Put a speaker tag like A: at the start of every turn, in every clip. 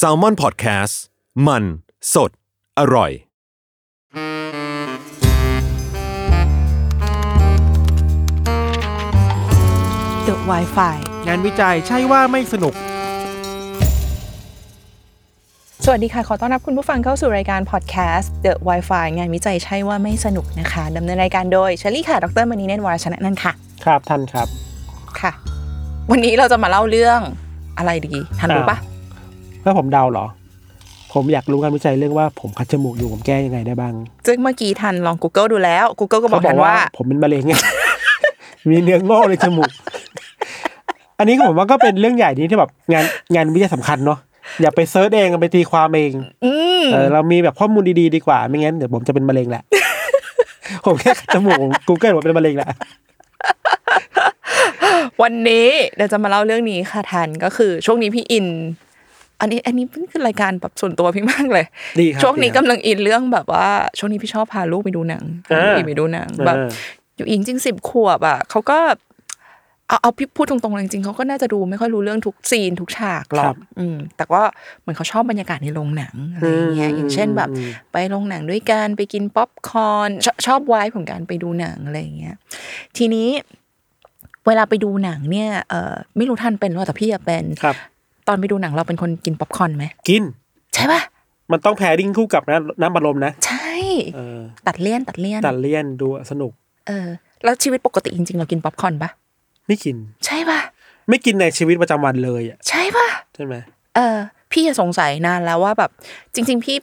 A: s a l m o n PODCAST มันสดอร่อย
B: The Wi-Fi
C: งานวิจัยใช่ว่าไม่สนุก
B: สวัสดีค่ะ ขอต้อนรับคุณผู้ฟังเข้าสู่รายการพอดแคสต์ The Wi-Fi งานวิจัยใช่ว่าไม่สนุกนะคะดำเนินรายการโดยเชลี่ค่ะ ดรมณีเนตรวรชนะนันท์ค่ะ
C: ครับท่านครับ
B: ค่ะ วันนี้เราจะมาเล่าเรื่องอะไรดีทันรู้ปะ
C: เพื่อผมเดาเหรอ ผมอยากรู้งานวิจัยเรื่องว่าผมคัดจมูกอยู่ผมแก้ยังไงได้บ้าง
B: ซึ่งเมื่อกี้ทันลอง Google ดูแล้ว Google ก็บอกทันว่า
C: ผมเป็นมะ เร็ง มีเนื้องอกในจ มูก อันนี้ก็ผมว่าก็เป็นเรื่องใหญ่นี้ที่แบบงานงานวิจัยสำคัญเนาะอย่าไปเซิร์ชเองไปตีความเอง
B: อืม
C: เออเรามีแบบข้อมูลดีๆดีกว่า ไม่งั้นเดี๋ยวผมจะเป็นมะเร็ง แหละ ผมแค่คัดจมูกกูเกิลผมเป็นมะเร็งแหละ
B: วันนี้เราจะมาเล่าเรื่องนี้ค่ะทันก็คือช่วงนี้พี่อิน อันนี้อันนี้เพิ่งขึ้นรายการแบบส่วนตัวพี่มากเลย
C: ดีครับ
B: ช่วงนี้
C: ดีครั
B: กำ
C: บ
B: ลังอินเรื่องแบบว่า ช่วงนี้พี่ชอบพาลูกไปดูหนังพา
C: อ่า
B: ลูกอินไปดูหนังแบบ
C: เออ
B: อยู่อิงจริงสิบขวบอ่ะเขาก็เอาเอาพี่พูดตรงๆเลยจริงๆเขาก็น่าจะดูไม่ค่อยรู้เรื่องทุกซีนทุกฉากหรอ
C: ครั
B: ก
C: บ
B: อืม แต่ว่าเหมือนเขาชอบบรรยากาศในโรงหนังอะไรอย่างเงี้ย
C: อืม
B: อย่างเช่นแบบ
C: อืม
B: ไปโรงหนังด้วยกันไปกินป๊อปคอร์นชอบชอบวายของการไปดูหนังอะไรอย่างเงี้ย ทีนี้ เวลาไปดูหนังเนี่ยเออไม่รู้ท่านเป็นหรือเปล่าแต่พี่อะเป็น
C: ครับ
B: ตอนไปดูหนังเราเป็นคนกินป๊อปคอร์นไหม
C: กิน
B: ใช่ปะ
C: มันต้องแพดิ้งคู่กับน้ำน้ำบัลลมนะ
B: ใช่
C: เออ
B: ตัดเลี่ยนตัดเลี่ยน
C: ตัดเลี่ยนดูสนุก
B: เออแล้วชีวิตปกติจริงๆ เรากินป๊อปคอร์นปะ
C: ไม่กิน
B: ใช่ปะ
C: ไม่กินในชีวิตประจำวันเลยอ่ะ
B: ใช่ปะ
C: ใช่ไหม
B: เออพี่จะสงสัยนานแล้วว่าแบบ จริง ๆ พี่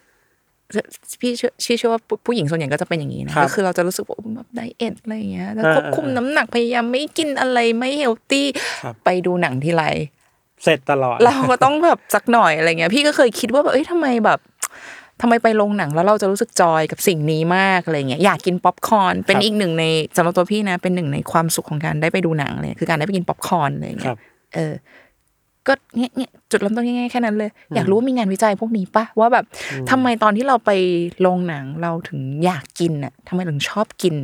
B: พี่เชื่อพี่เชื่อว่าผู้ผู้หญิงส่วนใหญ่ก็จะเป็นอย่างนี้นะก็คือเราจะรู้สึกว่าอุ๊ยแบบไดเอทอะไรอย่างเงี้ยแล้วควบคุมน้ำหนักพยายามไม่กินอะไรไม่เฮลตี้ไปดูหนังทีไร
C: เสร็จตลอด
B: เราก็ต้องแบบสักหน่อยอะไรเงี้ยพี่ก็เคยคิดว่าแบบเอ้ยทำไมแบบทำไมไปโรงหนังแล้วเราจะรู้สึกจอยกับสิ่งนี้มากอะไรเงี้ยอยากกินป๊อปคอร์นเป็น
C: ครับ
B: อีกหนึ่งในสำหรับตัวพี่นะ เป็นหนึ่งในความสุขของการได้ไปดูหนังเลยคือการได้ไปกินป๊อปคอร์นอะไรเงี้
C: ครั
B: ย
C: บ
B: เออ ก็เงี้ยเงี้ยจุดเริ่มต้นง่ายๆแค่นั้นเลย อยากรู้ว่ามีงานวิจัยพวกนี้ปะว่าแบบทำไมตอนที่เราไปโรงหนังเราถึงอยากกินอ่ะทำไมถึงชอบกิน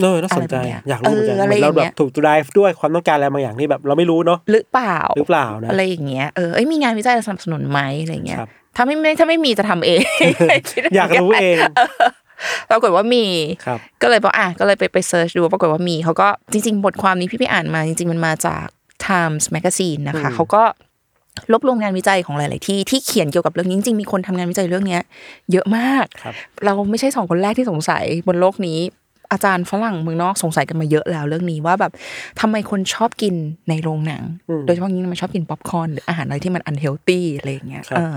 C: เนอะน่าสนใจ
B: อะไรแบบเนี้ย
C: อยากรู้เหมือนกัน
B: เอออะไร
C: เหมือนเรา
B: อย่างเงี้
C: แบ
B: ย
C: บถูก drive ด้วยความต้องการอะไรบางอย่างที่แบบ เราไม่รู้เนาะ
B: หรือเปล่า
C: หรือเปล่านะ
B: อะไรอย่างเงี้ย เออเอ้ย มีงานวิจัยสนับสนุนไหมอะไรเงี้ย
C: ครับ
B: ถ้าไม่ไม่ถ้าไม่มีจะทำเอง คิดว่
C: อยากรู้เอง
B: ปรากฏว่ามี
C: ครับ
B: ก็เลยบอกอ่ะ ก็เลยไปไปเซิร์ชดู ปรากฏว่ามี เขาก็จริง ๆ บทความนี้พี่ไปอ่านมา จริง ๆ มันมาจาก Times Magazine นะคะ เขาก็รวบรวมงานวิจัยของหลาย ๆ ที่ที่เขียนเกี่ยวกับเรื่องนี้จริง ๆ มีคนทำงานวิจัยเรื่องเนี้ย เยอะมาก
C: ครับ
B: เราไม่ใช่สองคนแรกที่สงสัยบนโลกนี้ อาจารย์ฝรั่งเมืองนอกสงสัยกันมาเยอะแล้วเรื่องนี้ว่าแบบทำไมคนชอบกินในโรงหนัง โดยเฉพาะยิ่งมันชอบกินป๊อปคอร์นหรืออาหารอะไรที่มันอันเฮลตี้อะไรอย่างเงี้ย
C: ครับ
B: เออ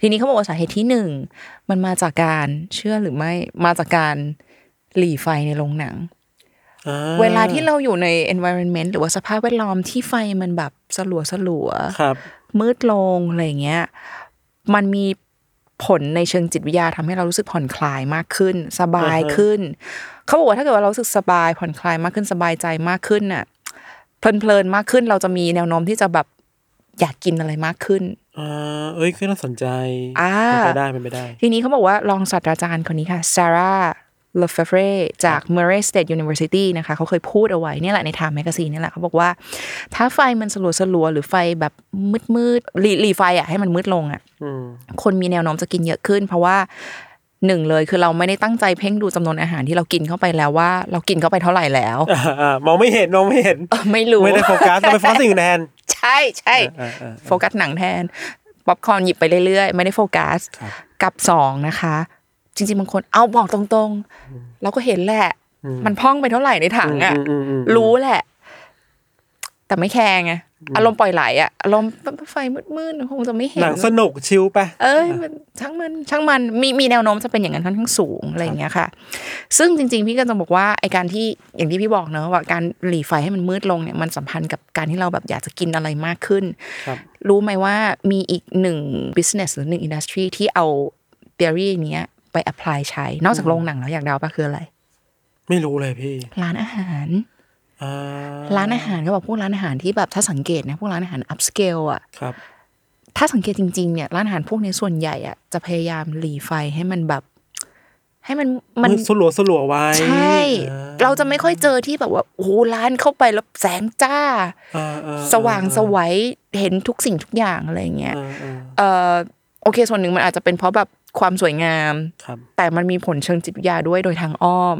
B: ทีนี้เขาบอกว่าสาเหตุที่หนึ่งมันมาจากการเชื่อหรือไม่มาจากการหลีไฟในโรงหนัง
C: อ่
B: เวลาที่เราอยู่ใน environment หรือว่าสภาพแวดล้อมที่ไฟมันแบบสลัวสลัวๆ
C: ครับ
B: มืดลงอะไรอย่างเงี้ย มันมีผลในเชิงจิตวิทยาทำให้เรารู้สึกผ่อนคลายมากขึ้น สบายขึ้น เขาบอกว่าถ้าเกิดว่าเรารู้สึกสบายผ่อนคลายมากขึ้นสบายใจมากขึ้นน่ะเพลินๆมากขึ้นเราจะมีแนวโน้มที่จะแบบอยากกินอะไรมากขึ้น
C: อ่าเอ้ยก็น่าสนใจ
B: อ่า
C: เป็นไปได้เป็นไปได้
B: ทีนี้เขาบอกว่ารองศาสตราจารย์คนนี้ค่ะซาร่าลเฟเฟรจาก Murray State University นะคะเขาเคยพูดเอาไว้เนี่ยแหละใน Time Magazine เนี่ยแหละเขาบอกว่า ถ้าไฟมันสลัวสลัวๆหรือไฟแบบมืดๆหลีหลีไฟอ่ะให้มันมืดลงอ่ะ
C: อืม
B: คนมีแนวโน้มจะกินเยอะขึ้น เพราะว่าหนึ่งเลยคือเราไม่ได้ตั้งใจเพ่งดูจำนวนอาหารที่เรากินเข้าไปแล้วว่า เรากินเข้าไปเท่าไหร่แล้ว
C: อ่าอ่ามองไม่เห็นมองไม่เห็น
B: เออไม่รู้
C: ไม่ได้โฟกัสเราไปโฟกัสสิ่งอื่นแทน
B: ใช่ใช่
C: อ่าอ่าอ่า
B: โฟกัสหนังแทนป๊อปคอร์นหยิบไปเรื่อยๆ ไม่ได้โฟกัส
C: ครับ
B: กับสองนะคะ จริง ๆบางคนเอาบอกตรงๆ เราก็เห็นแหละ มันพ่องไปเท่าไหร่ในถังอ่ะ
C: อืมอืมอืม
B: รู้แหละ แต่ไม่แคร์ไง อารมณ์ปล่อยไหลอะอารมณ์ไฟมืดๆคงจะไม่เห็น
C: หนังสนุกชิลไป
B: เอ้ยมันช่างมันช่างมันมีมีแนวโน้มจะเป็นอย่างนั้นค่อนข้างสูงอะไรอย่างเงี้ยค่ะ ซึ่งจริง ๆ พี่ก็จะบอกว่าไอการที่อย่างที่พี่บอกเนอะว่าการหลีไฟให้มันมืดลงเนี่ยมันสัมพันธ์กับการที่เราแบบอยากจะกินอะไรมากขึ้น
C: ครับ
B: รู้ไหมว่ามีอีกหนึ่ง business หรือหนึ่ง industry ที่เอา theory เนี้ยไป apply ใช้ นอกจากโรงหนังแล้วอยากเดาปะคืออะไร
C: ไม่รู้เลยพี่
B: ร้านอาหาร
C: อ่า
B: ร้านอาหารก็บอกพวกร้านอาหารที่แบบถ้าสังเกตนะพวกร้านอาหาร upscale อะ
C: ครับ
B: ถ้าสังเกตจริงๆเนี่ยร้านอาหารพวกนี้ส่วนใหญ่อะจะพยายามหลีไฟให้มันแบบ ให้มัน
C: มั
B: มันน
C: สลัวสลัวๆไว้
B: ใช่
C: อ่า
B: เราจะไม่ค่อยเจอที่แบบว่าโอ้โหร้านเข้าไปแล้วแสงจ้า
C: อ่อ่
B: สว่างสวัยเห็นทุกสิ่งทุกอย่างอะไรอย่างเงี้ย
C: อ่าอ่า
B: เออโอเค ส่วนหนึ่งมันอาจจะเป็นเพราะแบบความสวยงาม
C: ครับ
B: แต่มันมีผลเชิงจิตวิทยาด้วยโดยทางอ้อม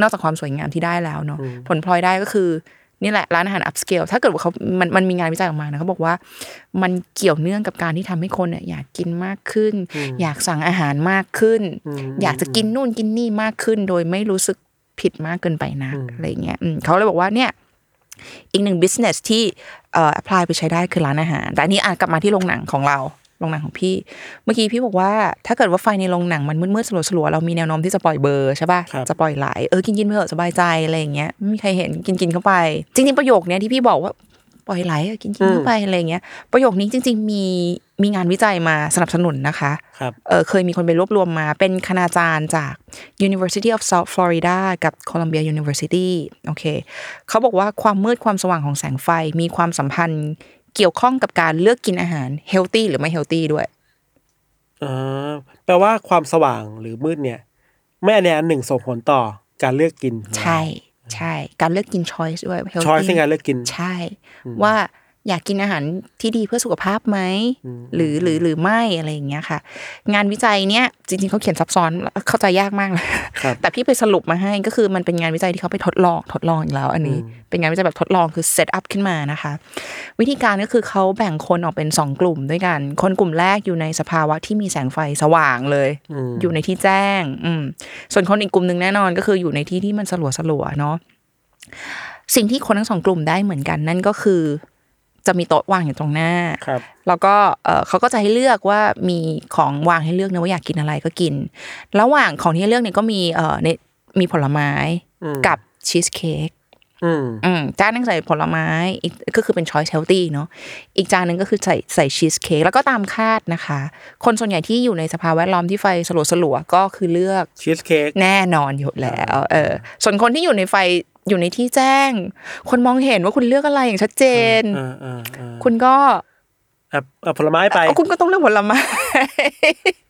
B: นอกจากความสวยงามที่ได้แล้วเนาะผลพลอยได้ก็คือ นี่แหละร้านอาหารอัพสเกลถ้าเกิดว่าเขามันมันมีงานวิจัยออกมานะเขาบอกว่า มันเกี่ยวเนื่องกับการที่ทำให้คนเนี่ยอยากกินมากขึ้น อยากสั่งอาหารมากขึ้น
C: อืม
B: อยากจะกินนู่นกินนี่มากขึ้น โดยไม่รู้สึกผิดมากเกินไปนะอะไรเงี้ยอืมเขาเลยบอกว่าเนี่ย อีกหนึ่ง business ที่เอ่อ apply ไปใช้ได้คือร้านอาหาร แต่อันนี้อ่ะกลับมาที่โรงหนังของเรา โรงหนังของพี่ เมื่อกี้พี่บอกว่า ถ้าเกิดว่าไฟในโรงหนังมันมืดๆสลัวๆเรามีแนวโน้มที่จะปล่อยเบอร์ใช่ป่ะ
C: ครับ
B: จะปล่อยไหล เออ กินๆไปเถอะสบายใจอะไรอย่างเงี้ย ไม่มีใครเห็นกินๆเข้าไป จริงๆประโยคเนี้ยที่พี่บอกว่าปล่อยไหลเออกินๆเข้าไปอะไรอย่างเงี้ย ประโยคนี้จริง ๆ มีมีงานวิจัยมาสนับสนุนนะคะ
C: ครับ
B: เอ่อเคยมีคนไปรวบรวมมาเป็นคณาจารย์จาก University of South Florida กับ Columbia University โอเคเขาบอกว่าความมืดความสว่างของแสงไฟมีความสัมพันธ์เกี่ยวข้องกับการเลือกกินอาหารเฮลตี้หรือไม่เฮลตี้ด้วย
C: อ่าแปลว่าความสว่างหรือมืดเนี่ย ไม่อันใดอันหนึ่งส่งผลต่อการเลือกกิน
B: ใช่ใช่การเลือกกินช้อยส์ด้วย healthy
C: ช้อยส์ในการเลือกกิน
B: ใช่ ว่าอยากกินอาหารที่ดีเพื่อสุขภาพไหมหรือหรือหรือไม่อะไรอย่างเงี้ยค่ะ งานวิจัยเนี้ยจริงๆเขาเขียนซับซ้อนเข้าใจยากมากเลย
C: ครับ
B: แต่พี่ไปสรุปมาให้ก็คือมันเป็นงานวิจัยที่เขาไปทดลองทดลองอีกแล้ว อันนี้เป็นงานวิจัยแบบทดลองคือเซตอัพขึ้นมานะคะ วิธีการก็คือเขาแบ่งคนออกเป็น 2 กลุ่มด้วยกัน คนกลุ่มแรกอยู่ในสภาวะที่มีแสงไฟสว่างเลย อยู่ในที่แจ้งอืมส่วนคนอีกกลุ่มหนึ่งแน่นอนก็คืออยู่ในที่ที่มันสลัวสลัวๆเนาะ สิ่งที่คนทั้งสองกลุ่มได้เหมือนกันนั่นก็คือ จะมีโต๊ะวางอยู่ตรงหน้า
C: ครับ
B: แล้วก็เอ่อเขาก็จะให้เลือกว่ามีของวางให้เลือกนะว่าอยากกินอะไรก็กิน ระหว่างของที่ให้เลือกเนี่ยก็มีเอ่อในมีผลไม้กับชีสเค้ก
C: อืม
B: อืมจานหนึงใส่ผลไม้อีกก็คือเป็นช้อยเชลตี้เนาะอีกจานหนึงก็คือใส่ใส่ชีสเค้กแล้วก็ตามคาดนะคะ คนส่วนใหญ่ที่อยู่ในสภาพแวดล้อมที่ไฟสลัวสลัวๆก็คือเลือก
C: ชีสเค้ก
B: แน่นอนอยู่แล้วเออส่วนคนที่อยู่ในไฟอยู่ในที่แจ้ง คนมองเห็นว่าคุณเลือกอะไรอย่างชัดเจน
C: อ่าอ่าอ่า
B: คุณก็
C: อ่ะเอาผลไม้ไป
B: เอาคุณก็ต้องเลือกผลไม้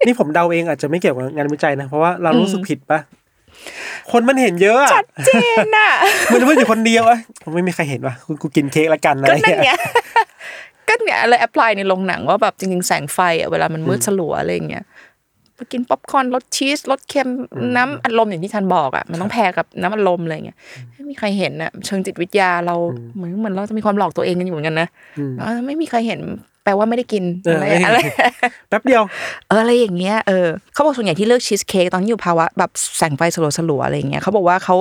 C: นี่ผมเดาเองอาจจะไม่เกี่ยวกับงานวิจัยนะ เพราะว่าเรารู้สึกผิดปะคนมันเห็นเยอะอะ
B: ชัดเจนน่ะ
C: มันเพื่อนอยู่คนเดียวอะผมไม่มีใครเห็นว่ะกูกูกินเค้กละกันอะ
B: ก็
C: ไร
B: นั่น
C: เงี้ย
B: ไงก็เนี่ยอะไรแอพพลายในโรง หนังว่าแบบจริงๆ แสงไฟอะเวลามันมืดสลัวอะไรอย่างเงี้ยไปกินป๊อปคอร์นรสชีสรสเค็มน้ำอัดลมอย่างที่ทันบอกอ่ะมันต้องแพรกับน้ำอัดลมอะไรอย่างเงี้ยไม่มีใครเห็นอ่ะเชิงจิตวิทยาเราเหมือนเหมือนเราจะมีความหลอกตัวเองกันอยู่เหมือนกันนะเออไม่มีใครเห็นแปลว่าไม่ได้กิน
C: เออ
B: อะไรอะไร
C: แป๊บเดียว
B: เอออะไรอย่างเงี้ยเออเขาบอกส่วนใหญ่ที่เลือกชีสเค้กตอนที่อยู่ภาวะแบบแสงไฟสลัวๆอะไรอย่างเงี้ยเขาบอกว่าเขา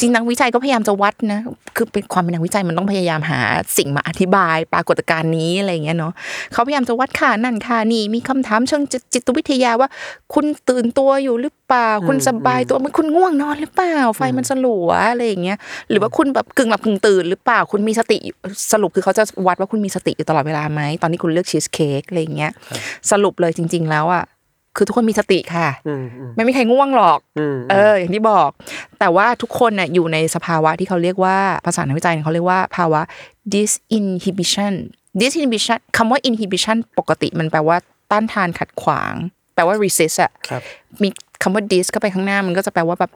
B: จริงนักวิจัยก็พยายามจะวัดนะคือเป็นความเป็นนักวิจัยมันต้องพยายามหาสิ่งมาอธิบายปรากฏการณ์นี้อะไรอย่างเงี้ยเนาะเขาพยายามจะวัดค่านั่นค่านี่มีคำถามเชิงจิตจิตวิทยาว่า คุณตื่นตัวอยู่หรือเปล่า คุณสบายตัวไหมันคุณง่วงนอนหรือเปล่า ไฟมันสลัวอะไรอย่างเงี้ยหรือว่าคุณแบบกึ่งหลับกึ่งตื่นหรือเปล่าคุณมีสติสรุปคือเขาจะวัดว่าคุณมีสติอยู่ตลอดเวลาไหมตอนที่คุณเลือกชีสเค้กอะไรอย่างเงี้ย สรุปเลยจริง ๆ แล้วอ่ะคือทุกคนมีสติค่ะ
C: อืมอืม
B: ไม่มีใครง่วงหรอก
C: อืม
B: เออ อย่างที่บอก แต่ว่าทุกคนน่ะอยู่ในสภาวะที่เขาเรียกว่าภาษานักวิจัยเนี่ยเขาเรียกว่าภาวะ disinhibition disinhibition คำว่า inhibition ปกติมันแปลว่าต้านทานขัดขวาง แปลว่า resist อะ
C: ครับ
B: มีคำว่า dis เข้าไปข้างหน้ามันก็จะแปลว่าแบบ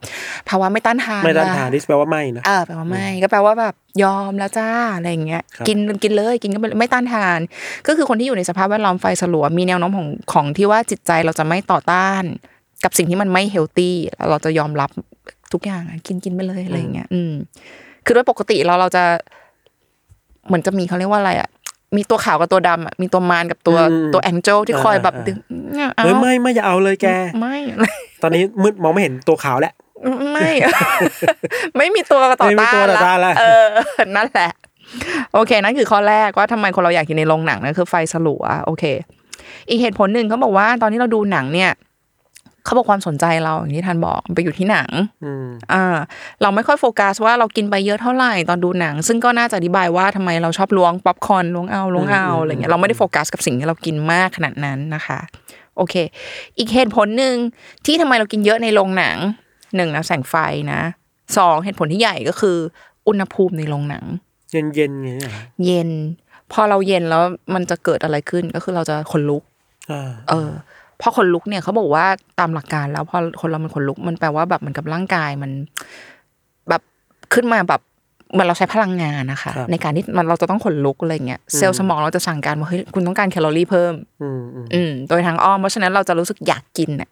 B: ภาวะไม่ต้านทาน
C: ไม่ต้าน
B: ละ
C: ทานนี่แปลว่าไม่นะ
B: เออแปลว่าไม่ก็แปลว่าแบบยอมแล้วจ้าอะไรอย่างเงี้ย
C: ครับ
B: กินกินเลยกินก็ไม่ต้านทาน ก็คือคนที่อยู่ในสภาพแวดล้อมไฟสลัวมีแนวโน้มของของที่ว่าจิตใจเราจะไม่ต่อต้าน กับสิ่งที่มันไม่เฮลตี้เราจะยอมรับทุกอย่างอะกินกินไปเลยอะไรอย่างเงี้ยอืมคือโดยปกติเราเราจะ เหมือนจะมีเขาเรียกว่าอะไรอ่ะมีตัวขาวกับตัวดำอะมีตัวมารกับตัวตัวแองเจิลที่คอยแบบดึงเอา
C: เฮ้ยไม่ไม่อย่าเอาเลยแก
B: ไม่
C: ตอนนี้มืดมองไม่เห็นตัวขาวแล้ว
B: ไม่ ไม่มีตัวต่อ
C: ไม่มี
B: ต้าน
C: ตัวต่อต้านละ
B: เออ นั่นแหละ โอเค นั่นคือข้อแรกว่าทำไมคนเราอยากกินในโรงหนังนั่นคือไฟสลัวโอเค อีกเหตุผลหนึ่งเขาบอกว่าตอนที่เราดูหนังเนี่ยเขาบอกความสนใจเราอย่างที่ทันบอกมันไปอยู่ที่หนัง
C: อืม
B: อ่าเราไม่ค่อยโฟกัสว่าเรากินไปเยอะเท่าไหร่ตอนดูหนัง ซึ่งก็น่าจะอธิบายว่าทำไมเราชอบล้วงป๊อปคอร์นล้วงเอาล้วงเอาอะไรเงี้ยเราไม่ได้โฟกัสกับสิ่งที่เรากินมากขนาดนั้นนะคะ โอเค อีกเหตุผลหนึ่งที่ทำไมเรากินเยอะในโรงหนังหนึ่งนะแสงไฟนะสองเหตุผลที่ใหญ่ก็คือ อุณหภูมิในโรงหนัง
C: เย็นเย็นๆไงเนี่ย
B: เย็น พอเราเย็นแล้วมันจะเกิดอะไรขึ้นก็คือเราจะขนลุก
C: อ่า
B: เออพอขนลุกเนี่ยเขาบอกว่าตามหลักการแล้วพอคนเรามันขนลุกมันแปลว่าแบบเหมือนกับร่างกายมัน แบบขึ้นมาแบบเหมือนเราใช้พลังงานนะคะ ในการที่มันเราจะต้องขนลุกอะไรเงี้ยเซลล์สมองเราจะสั่งการว่าเฮ้ยคุณต้องการแคลอรี่เพิ่ม
C: อืมอืม
B: อืมโดยทางอ้อมเพราะฉะนั้นเราจะรู้สึกอยากกินอ่ะ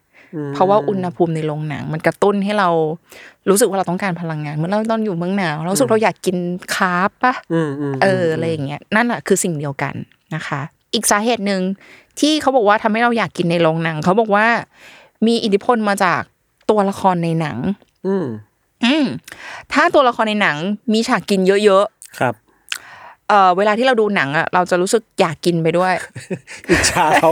B: เพราะว่าอุณหภูมิในโรงหนัง มันกระตุ้นให้เรารู้สึกว่าเราต้องการพลังงานเหมื่อนเราตอนอยู่เมืองหนาวเรารู้สึกเราอยากกินคาร์บปะ
C: อืมอืม
B: เอออะไรอย่างเงี้ยนั่นแหละคือสิ่งเดียวกันนะคะ อีกสาเหตุหนึ่งที่เขาบอกว่าทำให้เราอยากกินในโรงหนัง เขาบอกว่ามีอิทธิพลมาจากตัวละครในหนัง
C: อืม
B: อืมถ้าตัวละครในหนังมีฉากกินเยอะ
C: ครับ
B: ๆเออเวลาที่เราดูหนังอ่ะเราจะรู้สึกอยากกินไปด้วย
C: อิจฉา เขา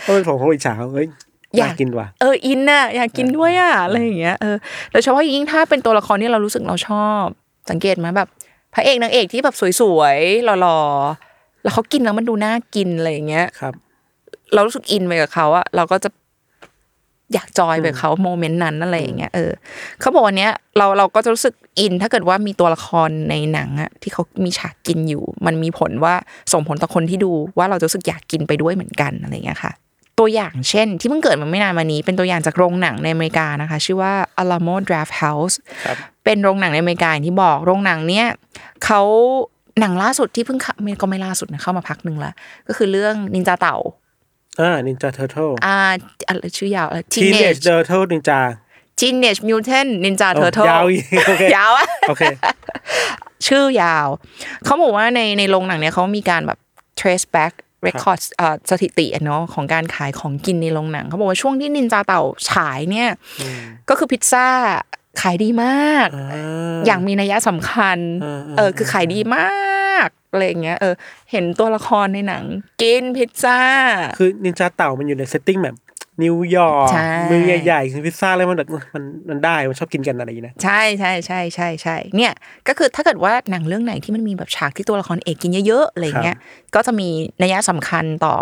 C: เขาเป็นของเขาอิจฉาเขาเฮ้ยอ
B: อาย
C: ยาก กกินว่ะ
B: เอออินน่ะอยากกินด้วยอ่ะอะไรอย่างเงี้ยเออโดยเฉพาะอย่างยิ่งถ้าเป็นตัวละครที่เรารู้สึกเราชอบ สังเกตไหมแบบพระเอกนางเอกที่แบบสวยๆหล่อๆแล้วเขากินแล้วมันดูน่ากินอะไรอย่างเงี้ย
C: ครับ
B: เรารู้สึกอินไปกับเขาอะเราก็จะอยากจอยไปกับเขาโมเมนต์นั้นอะไรอย่างเงี้ยเออเขาบอกวันเนี้ยเราเราก็จะรู้สึกอิน ถ้าเกิดว่ามีตัวละครในหนังอะที่เขามีฉากกินอยู่ มันมีผลว่าส่งผลต่อคนที่ดูว่าเราจะรู้สึกอยากกินไปด้วยเหมือนกันอะไรอย่างเงี้ยค่ะ ตัวอย่างเช่น ที่เพิ่งเกิดมาไม่นานมานี้ เป็นตัวอย่างจากโรงหนังในอเมริกานะคะ ชื่อว่า Alamo Draft House
C: ครับ
B: เป็นโรงหนังในอเมริกาอย่างที่บอกโรงหนังเนี้ยเขาหนังล่าสุดที่เพิ่งเข้าไม่ก็ไม่ล่าสุดนะเข้ามาพักหนึ่งละก็คือเรื่องนินจาเต่า
C: อ่านินจาเทอร์เทิล
B: อ่าอะไรชื่อยาวอะไร
C: ทีเนจ
B: teenage
C: เทอร์เทิลนินจา
B: teenage mutant ninja
C: โอ้
B: turtle
C: ยาวอีก โอเค
B: ยาวอะ
C: โอเค
B: ชื่อยาว เขาบอกว่าในในโรงหนังเนี่ยเขามีการแบบ trace back records เอ่อสถิติอะเนาะของการขายของกินในโรงหนัง เขาบอกว่าช่วงที่นินจาเต่าฉายเนี่ย ก็คือพิซซ่าขายดีมาก อย่างมีนัยสำคัญ
C: อ่าอ่า
B: เออ คือขายดีมากอะไรอย่างเงี้ย เออ เห็นตัวละครในหนัง กินพิซซ่า
C: คือนินจาเต่ามันอยู่ในเซตติ้งแบบนิวยอร์ก
B: ใช่
C: เมืองใหญ่ๆคือพิซซ่าอะไรมันแบบมันมันได้มันชอบกินกันอะไรอย่างนี้นะ
B: ใช่ใช่ใช่ใช่ใช่เนี่ยก็คือถ้าเกิดว่าหนังเรื่องไหนที่มันมีแบบฉากที่ตัวละครเอกกินเยอะๆอะไรเงี้ยก็จะมีนัยสำคัญต่อ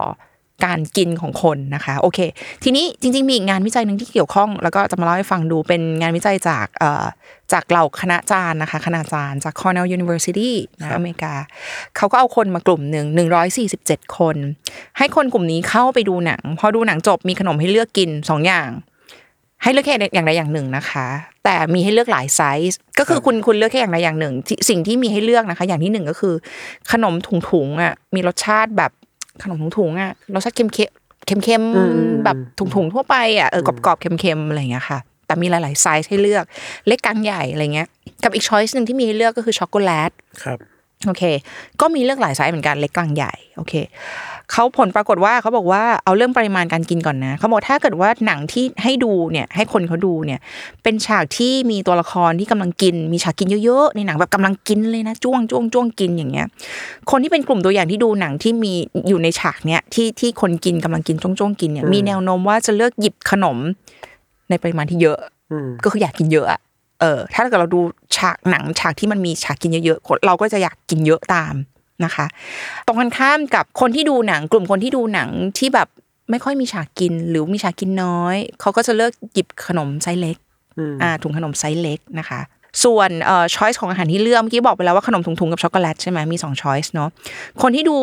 B: การกินของคนนะคะ โอเค ทีนี้จริงๆ มีอีกงานวิจัยหนึ่งที่เกี่ยวข้อง แล้วก็จะมาเล่าให้ฟังดูเป็นงานวิจัยจากเอ่อจากเหล่าคณะจารย์นะคะคณาจารย์จาก Cornell University นะอเมริกา เขาก็เอาคนมากลุ่มหนึ่ง147 คน ให้คนกลุ่มนี้เข้าไปดูหนัง พอดูหนังจบมีขนมให้เลือกกินสองอย่าง ให้เลือกแค่อย่างใดอย่างหนึ่งนะคะ แต่มีให้เลือกหลายไซส์ก็คือคุณคุณเลือกแค่อย่างใดอย่างหนึ่งที่สิ่งที่มีให้เลือกนะคะ อย่างที่หนึ่งก็คือ ขนมถุงๆอ่ะมีรสชาติแบบขนมถุงๆอ่ะรสชาติเค็มๆเค็ม
C: อืมอืม
B: ๆแบบถุงๆทั่วไปอ่ะเออกรอบๆเค็มๆอะไรอย่างเงี้ยค่ะ แต่มีหลายๆไซส์ให้เลือกเล็กกลางใหญ่อะไรเงี้ยกับอีกช้อยส์หนึ่งที่มีให้เลือกก็คือช็อกโกแลต
C: ครับ
B: โอเค ก็มีเลือกหลายไซส์เหมือนกันเล็กกลางใหญ่ โอเค เขาผลปรากฏว่าเขาบอกว่าเอาเรื่องปริมาณการกินก่อนนะ เขาบอกถ้าเกิดว่าหนังที่ให้ดูเนี่ยให้คนเขาดูเนี่ย เป็นฉากที่มีตัวละครที่กำลังกิน มีฉากกินเยอะๆ ในหนังแบบกำลังกินเลยนะจ้วงจ้วงจ้วงกินอย่างเงี้ย คนที่เป็นกลุ่มตัวอย่างที่ดูหนังที่มีอยู่ในฉากเนี่ยที่ที่คนกินกำลังกินจ้วงจ้วงกินเนี่ยมีแนวโน้มว่าจะเลือกหยิบขนมในปริมาณที่เยอะ
C: อืม
B: ก็คืออยากกินเยอะอะเออ ถ้าเกิดเราดูฉากหนังฉากที่มันมีฉากกินเยอะๆคนเราก็จะอยากกินเยอะตามนะคะ ตรงกันข้ามกับคนที่ดูหนัง กลุ่มคนที่ดูหนังที่แบบไม่ค่อยมีฉากกินหรือมีฉากกินน้อย เขาก็จะเลือกหยิบขนมไซส์เล็ก
C: อืม
B: อ่าถุงขนมไซส์เล็กนะคะ ส่วนเอ่อช้อยส์ของอาหารที่เลือกเมื่อกี้บอกไปแล้วว่าขนมถุงๆกับช็อกโกแลตใช่ไหมมีสองช้อยส์เนาะคนที่ดู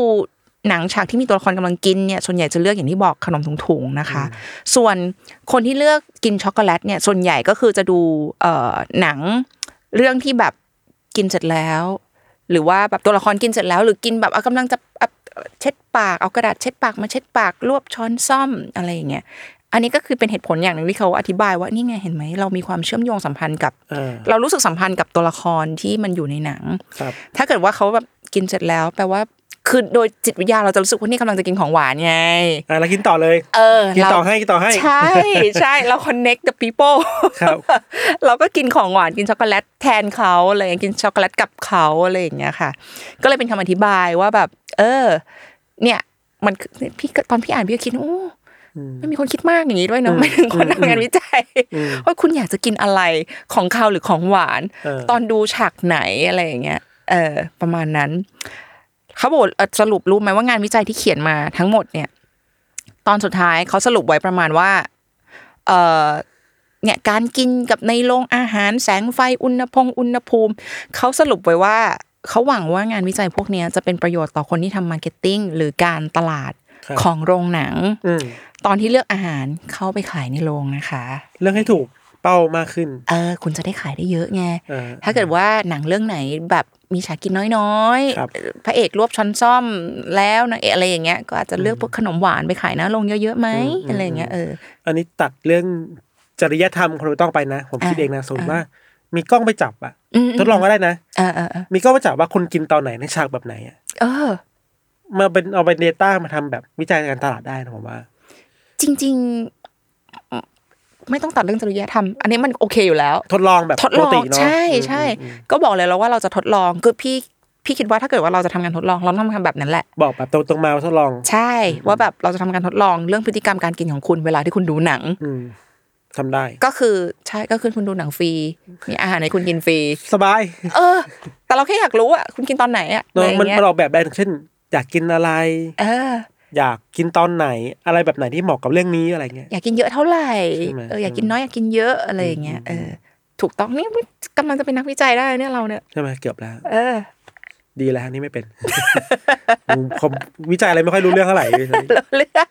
B: หนังฉากที่มีตัวละครกำลังกินเนี่ยส่วนใหญ่จะเลือกอย่างที่บอกขนมถุงๆนะคะ ส่วนคนที่เลือกกินช็อกโกแลตเนี่ยส่วนใหญ่ก็คือจะดูเอ่อหนังเรื่องที่แบบกินเสร็จแล้ว หรือว่าแบบตัวละครกินเสร็จแล้ว หรือกินแบบเอากำลังจะเอาเช็ดปากเอากระดาษเช็ดปากมาเช็ดปากรวบช้อนซ่อมอะไรอย่างเงี้ย อันนี้ก็คือเป็นเหตุผลอย่างหนึ่งที่เขาอธิบายว่านี่ไงเห็นไหมเรามีความเชื่อมโยงสัมพันธ์กับ
C: อ่า
B: เรารู้สึกสัมพันธ์กับตัวละครที่มันอยู่ในหนัง
C: ครับ
B: ถ้าเกิดว่าเขาแบบ กินเสร็จแล้วแปลว่า คือโดยจิตวิทยาเราจะรู้สึกว่านี่กำลังจะกินของหวานไง
C: อ่ะเรากินต่อเลย
B: เออ
C: กิน
B: เรา
C: ต่อให้กินต่อให้
B: ใช่ใช่เรา connect the people
C: ครับ
B: เราก็กินของหวานกินช็อกโกแลตแทนเขาอะไรอย่างเงี้ยกินช็อกโกแลตกับเขาอะไรอย่างเงี้ยค่ะ ก็เลยเป็นคำอธิบายว่าแบบ เออ เนี่ย มันคือพี่ก็ตอนพี่อ่านพี่ก็คิดโอ้ไม่มีคนคิดมากอย่างนี้ด้วยเนาะไม่ถึงคนทำงานวิจัยว่าคุณอยากจะกินอะไรของข้าวหรือของหวาน
C: เออ
B: ตอนดูฉากไหนอะไรอย่างเงี้ยเออ ประมาณนั้นเขาบอกเอ่อสรุปรู้ไหมว่างานวิจัยที่เขียนมาทั้งหมดเนี่ย ตอนสุดท้ายเขาสรุปไว้ประมาณว่า เออเนี่ยการกินกับในโรงอาหารแสงไฟอุณหพงอุณหภูมิเขาสรุปไว้ว่าเขาหวังว่างานวิจัยพวกเนี้ยจะเป็นประโยชน์ต่อคนที่ทำมาร์เก็ตติ้งหรือการตลาด
C: ครับ
B: ของโรงหนัง
C: อืม
B: ตอนที่เลือกอาหารเข้าไปขายในโรงนะคะ
C: เรื่องให้ถูกเป้ามากขึ้น
B: เออ คุณจะได้ขายได้เยอะไง
C: อ่
B: ถ้าเกิดว่าหนังเรื่องไหนแบบมีฉากกินน้อย
C: ครับ
B: ๆ พระเอกรวบช้อนซ่อมแล้วนางเอกอะไรอย่างเงี้ย ก็อาจจะเลือกพวกขนมหวานไปขายหนะลงเยอะๆไหมอะไรอย่างเงี้ยเออ
C: อันนี้ตัดเรื่องจริยธรรมคนไม่ต้องไปนะ ผมคิด
B: อ่ะ
C: เองนะสมมติ
B: อ่ะ
C: ว่า มีกล้องไปจับอะ
B: อืม
C: ทดลองก็ได้นะ
B: เออเออเออ
C: มีกล้องไปจับว่าคนกินตอนไหนในฉากแบบไหนอะ
B: เออ
C: มาเป็นเอาเป็นเดต้ามาทำแบบวิจัยการตลาดได้นะผมว่า
B: จริงๆ ไม่ต้องตัดเรื่องจริยธรรม อันนี้มันโอเคอยู่แล้ว
C: ทดลองแบบ
B: ทด
C: ป
B: ล
C: ก
B: อง
C: ติเนาะ
B: ใช่ใช่
C: อืมอืม
B: ก็บอกเลยแล้วว่าเราจะทดลองคือพี่พี่คิดว่าถ้าเกิดว่าเราจะทำงานทดลองเราต้องทำแบบนั้นแหละ
C: อืมบอกแบบตรงๆมาว่าทดลอง
B: ใช่ว่าแบบเราจะทำการทดลองเรื่องพฤติกรรมการกินของคุณเวลาที่คุณดูหนัง
C: อืมทำได้
B: ก็คือใช่ก็คือคุณดูหนังฟรีมีอาหารให้คุณกินฟรี
C: สบาย
B: เออ แต่เราแค่อยากรู้อ่ะคุณกินตอนไหนอ่ะอะ
C: เนาะ
B: ไรอย่า
C: มั
B: ง
C: น
B: เงี้ย
C: มันออกแบบได้เช่น อยากกินอะไร
B: เออ
C: อยากกินตอนไหน อะไรแบบไหนที่เหมาะกับเรื่องนี้อะไรเงี้ย
B: อยากกินเยอะเท่าไหร่
C: ใช่ไหม
B: เอออยากกินน้อยอยากกินเยอะอะไรอย่างเงี้ยเออ ถูกต้องนี่กำลังจะเป็นนักวิจัยได้เนี่ยเราเนี่ย
C: ใช่ไหมเกือบแล้ว
B: เออ
C: ดีแล้วฮะนี่ไม่เป็น ผมผมวิจัยอะไรไม่ค่อยรู้เรื่องเท่าไหร่
B: แล้วเรื่อง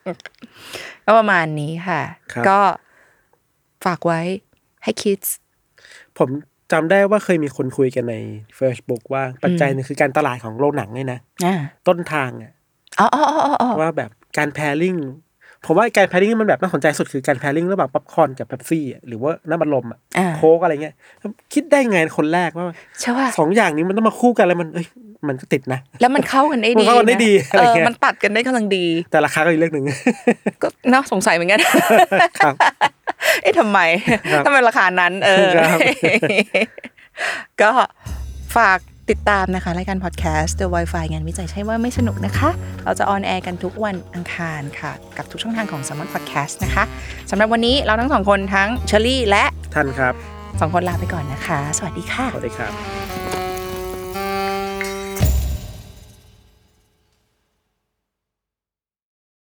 B: ก็ประมาณนี้ค่ะ
C: ครับ
B: ก็ฝากไว้ให้คิด
C: ผมจำได้ว่าเคยมีคนคุยกันใน Facebook ว่าปัจจัยหนึงคือการตลาดของโรงหนังเนี่ยนะ
B: อ่า
C: ต้นทางอะ
B: อ๋ออ๋ออ๋ออ๋อ
C: ว่าแบบการแพริงผมว่าการแพริงมันแบบน่าสนใจสุดคือการแพริงระหว่างป๊อปคอร์นกับเป๊ปซี่อะหรือว่าน้ำบัลลมอะ
B: อ่า
C: โค้กอะไรเงี้ยคิดได้ไงคนแรกว่า
B: ใช่ป่ะ
C: สองอย่างนี้มันต้องมาคู่กันแล้วมันเอ้ยมันก็ติดนะ
B: แล้วมันเข้ากันได้
C: มัน
B: ดี
C: เข้ากันได้ดี
B: ะ
C: อะไร
B: เอ
C: เงี้
B: อย มันตัดกันได้กำลังดี
C: แต่ราคาก็อีกเรื่องห นึ่ง
B: ก็น่าสงสัยเหมือนกัน
C: ครับ
B: เอ๊ะทำไม
C: ครับ
B: ทำไมราคานั้นเออ
C: ครับ
B: ก็ฝากติดตามนะคะ รายการพอดแคสต์ The Wi-Fi งานวิจัยใช่ว่าไม่สนุกนะคะ เราจะออนแอร์กันทุกวันอังคารค่ะ กับทุกช่องทางของ s ซ m มอนพอดแคสต์นะคะสำหรับวันนี้เราทั้งสองคนทั้งเชอรี่และ
C: ท่านครับ
B: สองคนลาไปก่อนนะคะ สวัสดีค่ะ
C: สวัสดีครับ